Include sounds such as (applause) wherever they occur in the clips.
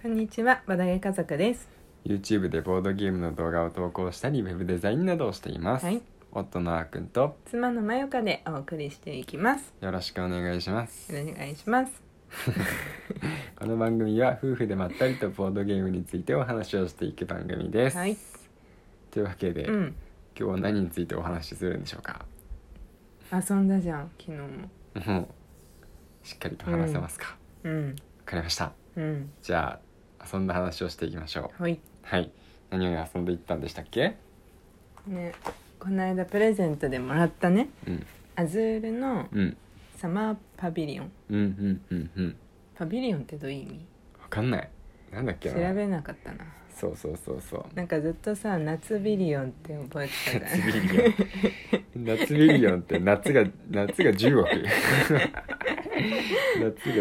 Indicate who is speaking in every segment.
Speaker 1: こんにちは、ボドゲ家族です。
Speaker 2: YouTube でボードゲームの動画を投稿したりウェブデザインなどをしています、
Speaker 1: はい
Speaker 2: 夫のあーくんと
Speaker 1: 妻のまよかでお送りしていきます。
Speaker 2: よろしくお願いします
Speaker 1: お願いします。
Speaker 2: (laughs) この番組は夫婦でまったりとボードゲームについてお話をしていく番組です、
Speaker 1: はい
Speaker 2: というわけで、
Speaker 1: う
Speaker 2: 今
Speaker 1: ん、
Speaker 2: 日は何についてお話しするんでしょうか (laughs)
Speaker 1: 遊んだじゃん、昨日も。
Speaker 2: もうしっかりと話せますか、わ
Speaker 1: うん、
Speaker 2: かりました
Speaker 1: うん、
Speaker 2: じゃあ遊んだ話をしていきましょう
Speaker 1: はい。
Speaker 2: はい何を遊んでいったんでしたっけ
Speaker 1: ね、この間プレゼントでもらったね、
Speaker 2: うん
Speaker 1: アズールの
Speaker 2: うん
Speaker 1: サマーパビリオン。
Speaker 2: うんうんうんうん
Speaker 1: パビリオンってどういう意味
Speaker 2: わかんないなんだっけ
Speaker 1: 調
Speaker 2: な
Speaker 1: べなかったな。
Speaker 2: そうそうそうそう
Speaker 1: なんかずっとさ、夏ビリオンって覚えてたから。
Speaker 2: 夏ビリオン夏ビリオンって夏が夏が10億夏が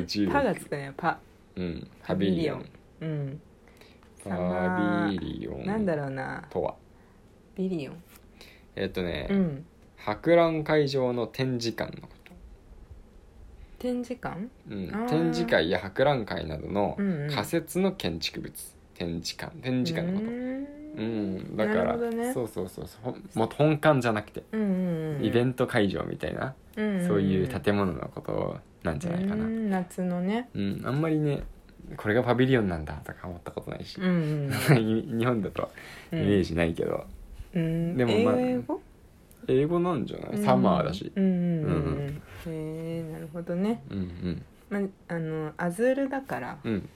Speaker 2: 10
Speaker 1: (laughs)
Speaker 2: 億
Speaker 1: パがつくね、パ。
Speaker 2: うんパビリオン
Speaker 1: うん。パ
Speaker 2: パビリオン
Speaker 1: なんだろうな、
Speaker 2: とは
Speaker 1: ビリオン。
Speaker 2: えっとね、
Speaker 1: うん。
Speaker 2: 博覧会場の展示館のこと、
Speaker 1: 展示館
Speaker 2: うん
Speaker 1: あー、
Speaker 2: 展示会や博覧会などの
Speaker 1: うんうん
Speaker 2: 仮設の建築物、展示館展示館のことう
Speaker 1: うん
Speaker 2: んだか
Speaker 1: なる
Speaker 2: ら
Speaker 1: ほどね
Speaker 2: そうそうそうそうほんもっと本館じゃなくて、
Speaker 1: うんうん
Speaker 2: イベ
Speaker 1: ン
Speaker 2: ント会場みたいな、
Speaker 1: ト、
Speaker 2: そういう建物のことなんじゃないかな、
Speaker 1: うん夏のね
Speaker 2: うん、あんまりねこれがパビリオンなんだとか思ったことないし、
Speaker 1: うん
Speaker 2: (laughs) 日本だとイメージないけど、
Speaker 1: うん
Speaker 2: でもまあ
Speaker 1: 英語
Speaker 2: 英語なんじゃない、サマーだし
Speaker 1: うんうんうんう
Speaker 2: うん
Speaker 1: へえなるほどね
Speaker 2: うんうん
Speaker 1: まああのアズールだから
Speaker 2: うん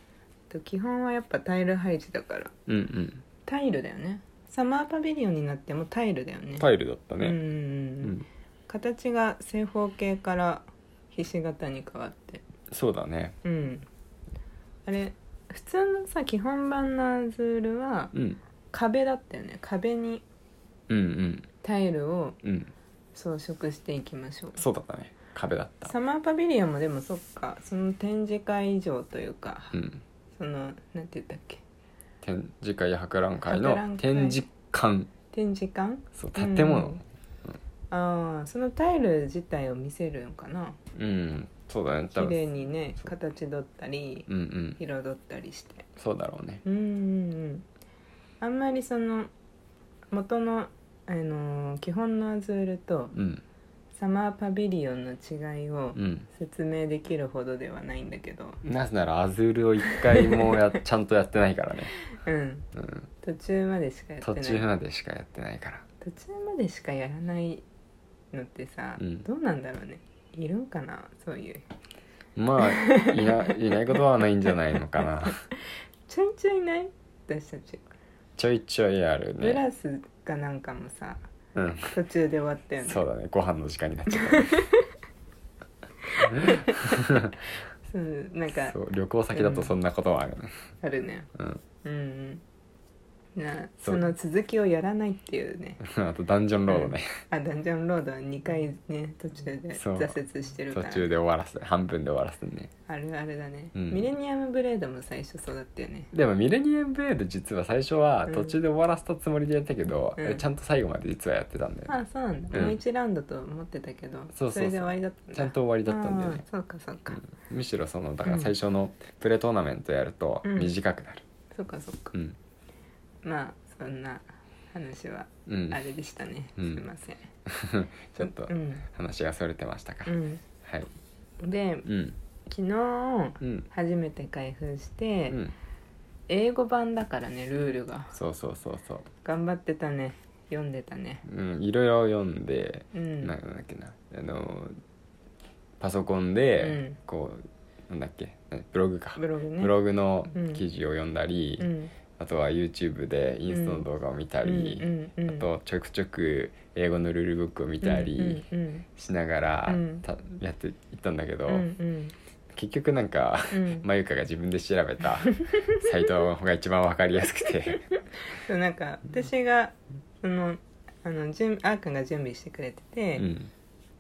Speaker 1: と基本はやっぱタイル配置だから
Speaker 2: うんうん
Speaker 1: タイルだよねサマーパビリオンになってもタイルだよね
Speaker 2: タイルだった
Speaker 1: うんうん
Speaker 2: ね、
Speaker 1: う
Speaker 2: うん
Speaker 1: ん形が正方形からひし形に変わって
Speaker 2: そうだね
Speaker 1: うんあれ普通のさ基本版のアズールは
Speaker 2: うん
Speaker 1: 壁だったよね壁に
Speaker 2: うんうん
Speaker 1: タイルを
Speaker 2: うん
Speaker 1: 装飾していきましょう
Speaker 2: そうだったね壁だった
Speaker 1: サマーパビリオンもでもそっかその展示会以上というか、
Speaker 2: うん
Speaker 1: そのなんて言ったっけ
Speaker 2: 展示会や博覧会の
Speaker 1: 博覧会
Speaker 2: 展示館
Speaker 1: 展示館
Speaker 2: そう建物
Speaker 1: ああそのタイル自体を見せるのかな
Speaker 2: うん、そうだね多
Speaker 1: 綺麗
Speaker 2: 分
Speaker 1: にね形取ったり
Speaker 2: うんうん
Speaker 1: 彩ったりして
Speaker 2: そうだろうね
Speaker 1: うんうんうんあんまりその元の、あのー基本のアズールと
Speaker 2: うん
Speaker 1: サマーパビリオンの違いを
Speaker 2: うん
Speaker 1: 説明できるほどではないんだけど
Speaker 2: なぜならアズールを一回も
Speaker 1: (laughs)
Speaker 2: やちゃんとやってないからね、
Speaker 1: うん
Speaker 2: うん、
Speaker 1: 途中までしかやって
Speaker 2: 途
Speaker 1: ない
Speaker 2: 中までしかやってないから
Speaker 1: 途中までしかやらないのってさ、
Speaker 2: うん
Speaker 1: どうなんだろうねいるんかなそういう
Speaker 2: まあい
Speaker 1: (laughs)
Speaker 2: ないないことはないんじゃないのかな
Speaker 1: ちょいちょいない私たち、
Speaker 2: ちょいちょいある
Speaker 1: ブ
Speaker 2: ね
Speaker 1: ラスかなんかもさ
Speaker 2: うん
Speaker 1: 途中で終わったよね
Speaker 2: そうだねご飯の時間になっちゃっ
Speaker 1: そうなん
Speaker 2: た
Speaker 1: か
Speaker 2: そう旅行先だとそんなことはあるね
Speaker 1: あるね
Speaker 2: うん
Speaker 1: うんうんなそ
Speaker 2: そ
Speaker 1: うの続きをやらないっていう
Speaker 2: (laughs)
Speaker 1: ね
Speaker 2: あとダンジョンロードね
Speaker 1: あダンジョンロードは2回ね途中で
Speaker 2: そう
Speaker 1: 挫折してるか
Speaker 2: (laughs) 途
Speaker 1: ら
Speaker 2: 中で終わらせ半分で終わらせてね
Speaker 1: あるあるだね、
Speaker 2: うん
Speaker 1: ミレニアムブレードも最初そうだったよね
Speaker 2: でもミレニアムブレード実は最初は
Speaker 1: うん
Speaker 2: 途中で終わらせたつもりでやったけど、
Speaker 1: うん
Speaker 2: ちゃんと最後まで実はやってたんだよ、
Speaker 1: あそうなんだ、
Speaker 2: うん
Speaker 1: もう1ラウンドと思ってたけど
Speaker 2: そうそうそう
Speaker 1: れで終わりだったんだ
Speaker 2: ちゃんと終わりだったんだよね
Speaker 1: あーそうかそうか、
Speaker 2: うんむしろそのだから最初のプレトーナメントやると
Speaker 1: うん
Speaker 2: 短くなる
Speaker 1: そうかそうか、
Speaker 2: うん
Speaker 1: まあそんな話は
Speaker 2: うん
Speaker 1: あれでしたね、
Speaker 2: うん
Speaker 1: すいません
Speaker 2: ちょっと
Speaker 1: うん、
Speaker 2: 話がそれてましたか、はい
Speaker 1: うん、で
Speaker 2: うん
Speaker 1: 昨日
Speaker 2: うん
Speaker 1: 初めて開封して、
Speaker 2: うん
Speaker 1: 英語版だからねルールが
Speaker 2: そうそうそうそう
Speaker 1: 頑張ってたね読んでたね
Speaker 2: うん、いろいろ読んで、
Speaker 1: うん
Speaker 2: なんだっけなあのパソコンで、
Speaker 1: うん
Speaker 2: こうなんだっけなブログか、
Speaker 1: ブログね
Speaker 2: ブ
Speaker 1: グ
Speaker 2: ログの
Speaker 1: うん
Speaker 2: 記事を読んだり、
Speaker 1: うん
Speaker 2: あとは YouTube でインストの動画を見たり、
Speaker 1: うんうんうん、
Speaker 2: あとちょくちょく英語のルールブックを見たり
Speaker 1: うんうん
Speaker 2: しながら、
Speaker 1: うん
Speaker 2: たやっていったんだけど、
Speaker 1: うんうん
Speaker 2: 結局なんか。
Speaker 1: うんうん
Speaker 2: まゆかが自分で調べたサイトが一番わかりやすく
Speaker 1: (laughs)
Speaker 2: て
Speaker 1: そうなんか私がそのあの準あーくんが準備してくれて
Speaker 2: う
Speaker 1: て、
Speaker 2: ん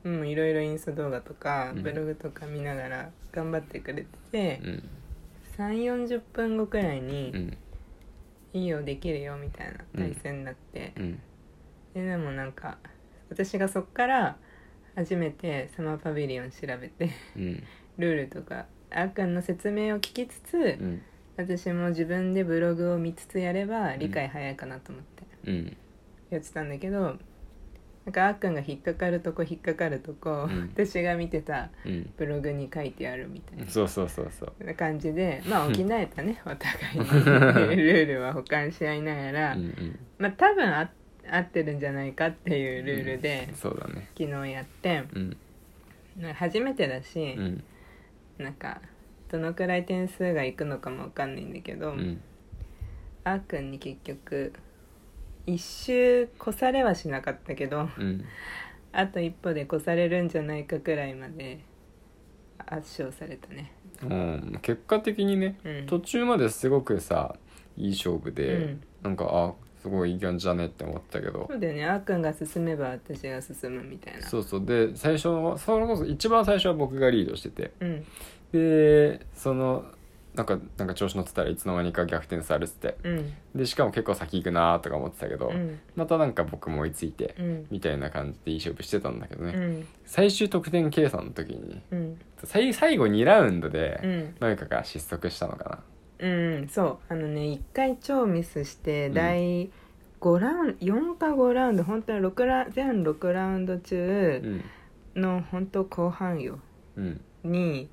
Speaker 1: うん、いろいろインスタ動画とか
Speaker 2: うん
Speaker 1: ブログとか見ながら頑張ってくれてて、
Speaker 2: うん
Speaker 1: 3 4 0分後くらいうに
Speaker 2: ん
Speaker 1: 「いいよできるよ」みたいな
Speaker 2: うん
Speaker 1: 対戦になって
Speaker 2: う、ん
Speaker 1: ででもなんか私がそっから初めてサマーパビリオン調べて (laughs)
Speaker 2: うん
Speaker 1: ルールとかあーくんの説明を聞きつつ、
Speaker 2: うん
Speaker 1: 私も自分でブログを見つつやれば理解早いかなと思って
Speaker 2: うん
Speaker 1: やってたんだけどなんかあっくんが引っかかるとこ引っかかるとこ、
Speaker 2: うん
Speaker 1: 私が見てた
Speaker 2: うん
Speaker 1: ブログに書いてあるみたいな
Speaker 2: そうそうそうそう
Speaker 1: な感じでまあ補えたねお互い
Speaker 2: (laughs)
Speaker 1: にルールは保管し合いながら、
Speaker 2: うんうん
Speaker 1: まあ多分あ合ってるんじゃないかっていうルールで、
Speaker 2: そうだね
Speaker 1: 昨日やって
Speaker 2: うん
Speaker 1: なんか初めてだし
Speaker 2: う、ん
Speaker 1: なんかどのくらい点数がいくのかもわかんないんだけど、
Speaker 2: うん
Speaker 1: あーくんに結局一周越されはしなかったけど
Speaker 2: うん
Speaker 1: あと一歩で越されるんじゃないかくらいまで圧勝されたね
Speaker 2: うん結果的にね、
Speaker 1: うん
Speaker 2: 途中まですごくさいい勝負で、
Speaker 1: うん
Speaker 2: なんかあすごいいい感じだねって思ったけど、
Speaker 1: そうだよねあーくんが進めば私が進むみたいな
Speaker 2: そうそうで最初はそれこそ一番最初は僕がリードしてて
Speaker 1: うん
Speaker 2: でそのなんかなんか調子乗ってたらいつの間にか逆転されてて
Speaker 1: うん
Speaker 2: でしかも結構先行くなーとか思ってたけど、
Speaker 1: うん
Speaker 2: またなんか僕も追いついて、
Speaker 1: うん
Speaker 2: みたいな感じでいい勝負してたんだけどね、
Speaker 1: うん
Speaker 2: 最終得点計算の時に
Speaker 1: うん
Speaker 2: 最最後2ラウンド
Speaker 1: う
Speaker 2: で
Speaker 1: ん
Speaker 2: 何かが失速したのか
Speaker 1: うんそうあのね一回超ミスして第5ラウンド4か5ラウンド本当に6ラ全6ラウンド
Speaker 2: な、
Speaker 1: 中
Speaker 2: うん
Speaker 1: の本当後半よ
Speaker 2: うん
Speaker 1: に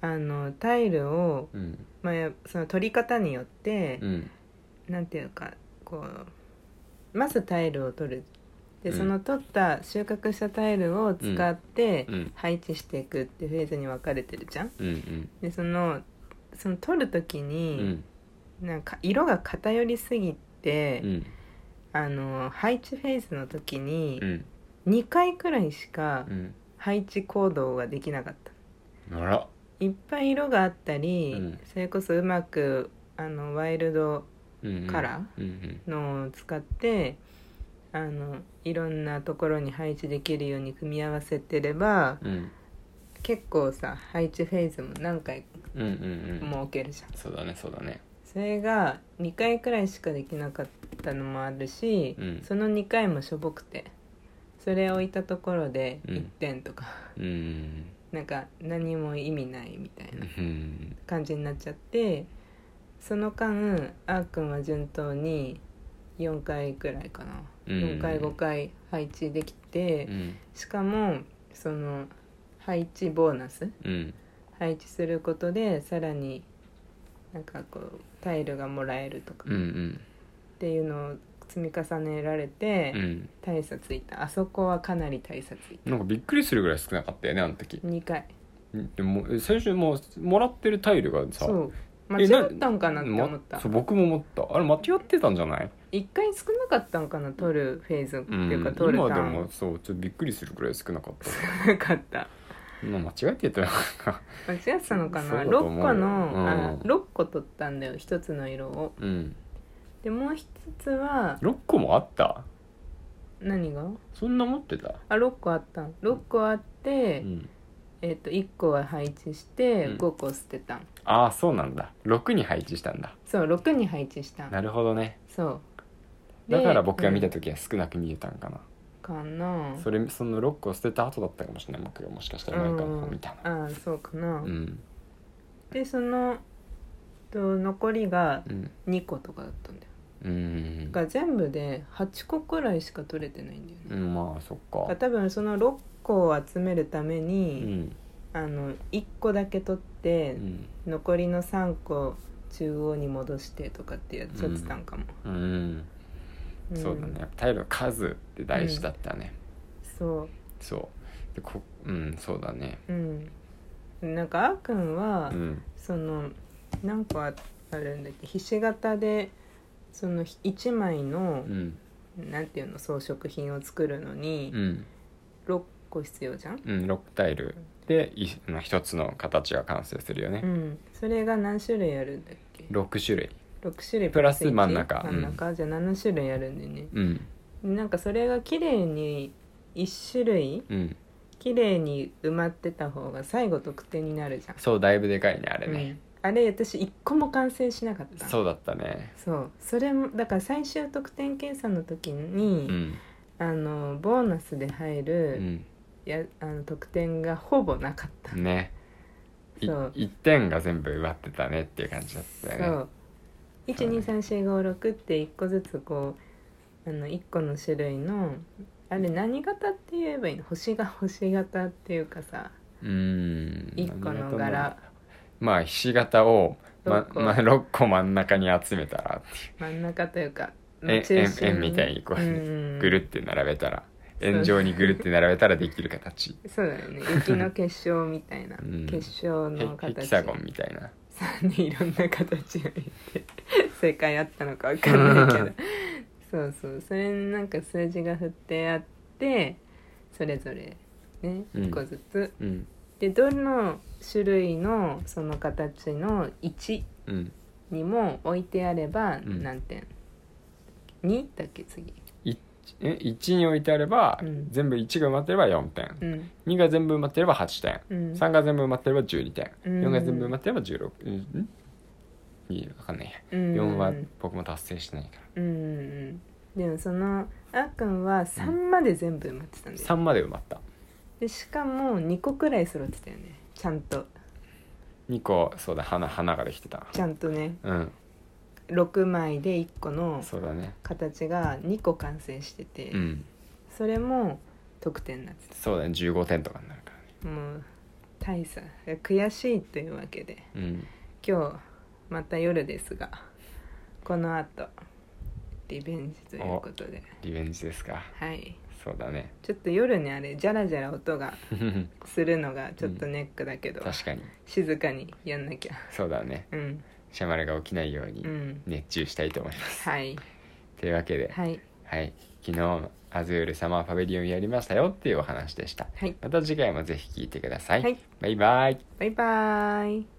Speaker 1: あのタイルを、
Speaker 2: うん
Speaker 1: まあ、やその取り方によって
Speaker 2: う、ん
Speaker 1: なんていうかこうまずタイルを取るで
Speaker 2: うん
Speaker 1: その取った収穫したタイルを使って
Speaker 2: うん
Speaker 1: 配置していくっていうフェーズに分かれてるじゃん。
Speaker 2: うんうん
Speaker 1: でそのその取る時
Speaker 2: う
Speaker 1: に、
Speaker 2: ん
Speaker 1: なんか色が偏りすぎて、
Speaker 2: うん
Speaker 1: あの配置フェーズの時に
Speaker 2: うん
Speaker 1: 2回くらいしか
Speaker 2: うん
Speaker 1: 配置行動ができなかった。
Speaker 2: あら
Speaker 1: いっぱい色があったり、
Speaker 2: うん
Speaker 1: それこそうまくあのワイルド
Speaker 2: うんうん
Speaker 1: カラー
Speaker 2: うん
Speaker 1: のを使ってあのいろんなところに配置できるように組み合わせてれば
Speaker 2: うんうん
Speaker 1: 結構さ配置フェーズも何回
Speaker 2: うんうんうん
Speaker 1: も置けるじゃん
Speaker 2: そうだねそうだね
Speaker 1: それが2回くらいしかできなかったのもあるし、
Speaker 2: うん
Speaker 1: その2回もしょぼくてそれ置いたところで
Speaker 2: うん
Speaker 1: 1点とか、
Speaker 2: うん
Speaker 1: なんか何も意味ないみたいな
Speaker 2: うん
Speaker 1: 感じになっちゃってその間あーくんは順当に4回くらいかな、
Speaker 2: うん
Speaker 1: 4回5回配置でき
Speaker 2: う
Speaker 1: て、
Speaker 2: ん
Speaker 1: しかもその配置ボーナス
Speaker 2: うん
Speaker 1: 配置することでさらになんかこうタイルがもらえるとか
Speaker 2: うんう
Speaker 1: っ
Speaker 2: ん
Speaker 1: ていうのを積み重ねられて
Speaker 2: うん
Speaker 1: 大差ついたあそこはかなり大差つい
Speaker 2: なんかびっくりするぐらい少なかったよねあの時
Speaker 1: た2回
Speaker 2: でもえ最初もうもらってるタイルがさ
Speaker 1: そう間
Speaker 2: えな
Speaker 1: 違ったんかなって思った
Speaker 2: まそう僕も思ったあれ間違ってたんじゃない
Speaker 1: 1回少なかったんかな取るフェーズって
Speaker 2: うん
Speaker 1: いうか
Speaker 2: 今
Speaker 1: 取
Speaker 2: で
Speaker 1: るターン、
Speaker 2: もそうちょっとびっくりするくらい少なかった (laughs)
Speaker 1: なかった
Speaker 2: まあ間違えてたよ
Speaker 1: 間違ってたのか
Speaker 2: そう
Speaker 1: な6
Speaker 2: だと思うよ
Speaker 1: 個の、あ
Speaker 2: うん
Speaker 1: 6個取ったんだよ1つの色を
Speaker 2: うん
Speaker 1: でもう1つは
Speaker 2: 6個もあった
Speaker 1: 何が
Speaker 2: そんな持ってた
Speaker 1: あ6個あったん6個あって、
Speaker 2: うん
Speaker 1: えっと1個は配置して
Speaker 2: うん
Speaker 1: 5個捨てたん、
Speaker 2: ああそうなんだ6に配置したんだ
Speaker 1: そう6に配置したん
Speaker 2: なるほどね
Speaker 1: そう
Speaker 2: だから僕が見た
Speaker 1: と
Speaker 2: 時は少なく見えたんかな、
Speaker 1: かな
Speaker 2: それその6個捨てた後だったかもしれない僕がもしかしたら前からこう見たの
Speaker 1: うんああそうかな、
Speaker 2: うん
Speaker 1: でそのと残りが
Speaker 2: うん
Speaker 1: 2個とかだったんだよ
Speaker 2: うん
Speaker 1: だから全部で8個くらいしか取れてないんだよね
Speaker 2: うんまあそっ
Speaker 1: だから
Speaker 2: か
Speaker 1: 多分その6個を集めるため
Speaker 2: う
Speaker 1: に、
Speaker 2: ん
Speaker 1: あの1個だけ取って、
Speaker 2: うん
Speaker 1: 残りの3個中央に戻してとかってやっちゃってたんかも、
Speaker 2: うん
Speaker 1: ん
Speaker 2: そうだねやっぱタイルの数って大事だったね、
Speaker 1: そ
Speaker 2: そうでこうんそうだね
Speaker 1: ううんなんかあーくんは、
Speaker 2: うん
Speaker 1: その何個あるんだっけひし形でその1枚の
Speaker 2: う、ん
Speaker 1: なんていうの装飾品を作るのに
Speaker 2: うん
Speaker 1: 6個必要じゃん、
Speaker 2: うん6タイルでいまあ一つの形が完成するよ
Speaker 1: う
Speaker 2: ね、
Speaker 1: ん、それが何種類あるんだっけ
Speaker 2: 六6種類
Speaker 1: 6種類
Speaker 2: プラス
Speaker 1: 一
Speaker 2: 真ん中
Speaker 1: 真ん中、じゃあ7種類あるんだよね、
Speaker 2: うん
Speaker 1: なんかそれが綺麗に1種類
Speaker 2: うん
Speaker 1: 綺麗に埋まってた方が最後得点になるじゃん
Speaker 2: そうだいぶでかいねあれ
Speaker 1: う
Speaker 2: ね
Speaker 1: ん、あれ私1個も完成しなかった
Speaker 2: そうだったね
Speaker 1: そうそれもだから最終得点計算の時に、
Speaker 2: うん
Speaker 1: あのボーナスで入
Speaker 2: う
Speaker 1: る、
Speaker 2: ん
Speaker 1: やあの得点がほぼなかった、
Speaker 2: ねい
Speaker 1: そう
Speaker 2: 1点が全部奪ってたねっていう感じだった
Speaker 1: そ
Speaker 2: よね
Speaker 1: う123456って1個ずつこうあの1個の種類のあれ何型って言えばいいの星が星型っていうかさ
Speaker 2: うーん
Speaker 1: 1個の
Speaker 2: 何だろう
Speaker 1: 柄
Speaker 2: まあひし形を、ま
Speaker 1: 六個
Speaker 2: まあ、6個真ん中に集めたら
Speaker 1: 真ん中というか
Speaker 2: え
Speaker 1: 中心
Speaker 2: 円円みたいにこ
Speaker 1: う
Speaker 2: う
Speaker 1: ん
Speaker 2: ぐるって並べたら
Speaker 1: そう
Speaker 2: 円状にぐるって並べたらでき
Speaker 1: (laughs)
Speaker 2: る形
Speaker 1: そうだよね雪の結晶みたいな
Speaker 2: うん
Speaker 1: 結晶
Speaker 2: ヘ
Speaker 1: の
Speaker 2: ヘ
Speaker 1: 形
Speaker 2: キサゴンみたいな
Speaker 1: 3人いろんな形を見て正解あったのか分かんないけどそうそうそれになんか数字が振ってあってそれぞれね
Speaker 2: うん
Speaker 1: 1個ずつ、
Speaker 2: うん
Speaker 1: でどの種類のその形の1
Speaker 2: うん
Speaker 1: にも置いてあれば
Speaker 2: うん
Speaker 1: 何点、2だっけ次
Speaker 2: いえ1に置いてあれば、
Speaker 1: うん
Speaker 2: 全部1が埋まってれば4点、
Speaker 1: うん
Speaker 2: 2が全部埋まってれば8点、
Speaker 1: うん
Speaker 2: 3が全部埋まってれば12点、
Speaker 1: うん
Speaker 2: 4が全部埋まってれば16うんんいいわかんないや、
Speaker 1: うん
Speaker 2: 4は僕も達成してないから
Speaker 1: うんうんでもそのあっくんは3まで全部埋まってたんだよ、
Speaker 2: 3まで埋まった
Speaker 1: でしかも2個くらい揃ってたよねちゃんと
Speaker 2: 2個そうだ花花ができてた
Speaker 1: ちゃんとね
Speaker 2: うん
Speaker 1: 6枚で1個の
Speaker 2: そうだね
Speaker 1: 形が2個完成してて、
Speaker 2: うん
Speaker 1: それも得点になって
Speaker 2: そうだね15点とかになるからね
Speaker 1: たもう大差悔しいというわけで
Speaker 2: うん
Speaker 1: 今日また夜ですがこのあとリベンジということで
Speaker 2: リベンジですか
Speaker 1: はい
Speaker 2: そう
Speaker 1: (laughs)
Speaker 2: だね
Speaker 1: ちょっと夜ねあれジャラジャラ音がするのがちょっとネックだけど、
Speaker 2: 確かに
Speaker 1: 静かにやんなきゃ
Speaker 2: そうだね
Speaker 1: うん
Speaker 2: シャマルが起きないように
Speaker 1: うん
Speaker 2: 熱中したいと思います、
Speaker 1: はい
Speaker 2: というわけで
Speaker 1: はい
Speaker 2: はい、昨日アズールサマーパビリオンやりましたよっていうお話でした。
Speaker 1: はい
Speaker 2: また次回もぜひ聞いてください。
Speaker 1: はい
Speaker 2: バイバイ。
Speaker 1: バイバーイ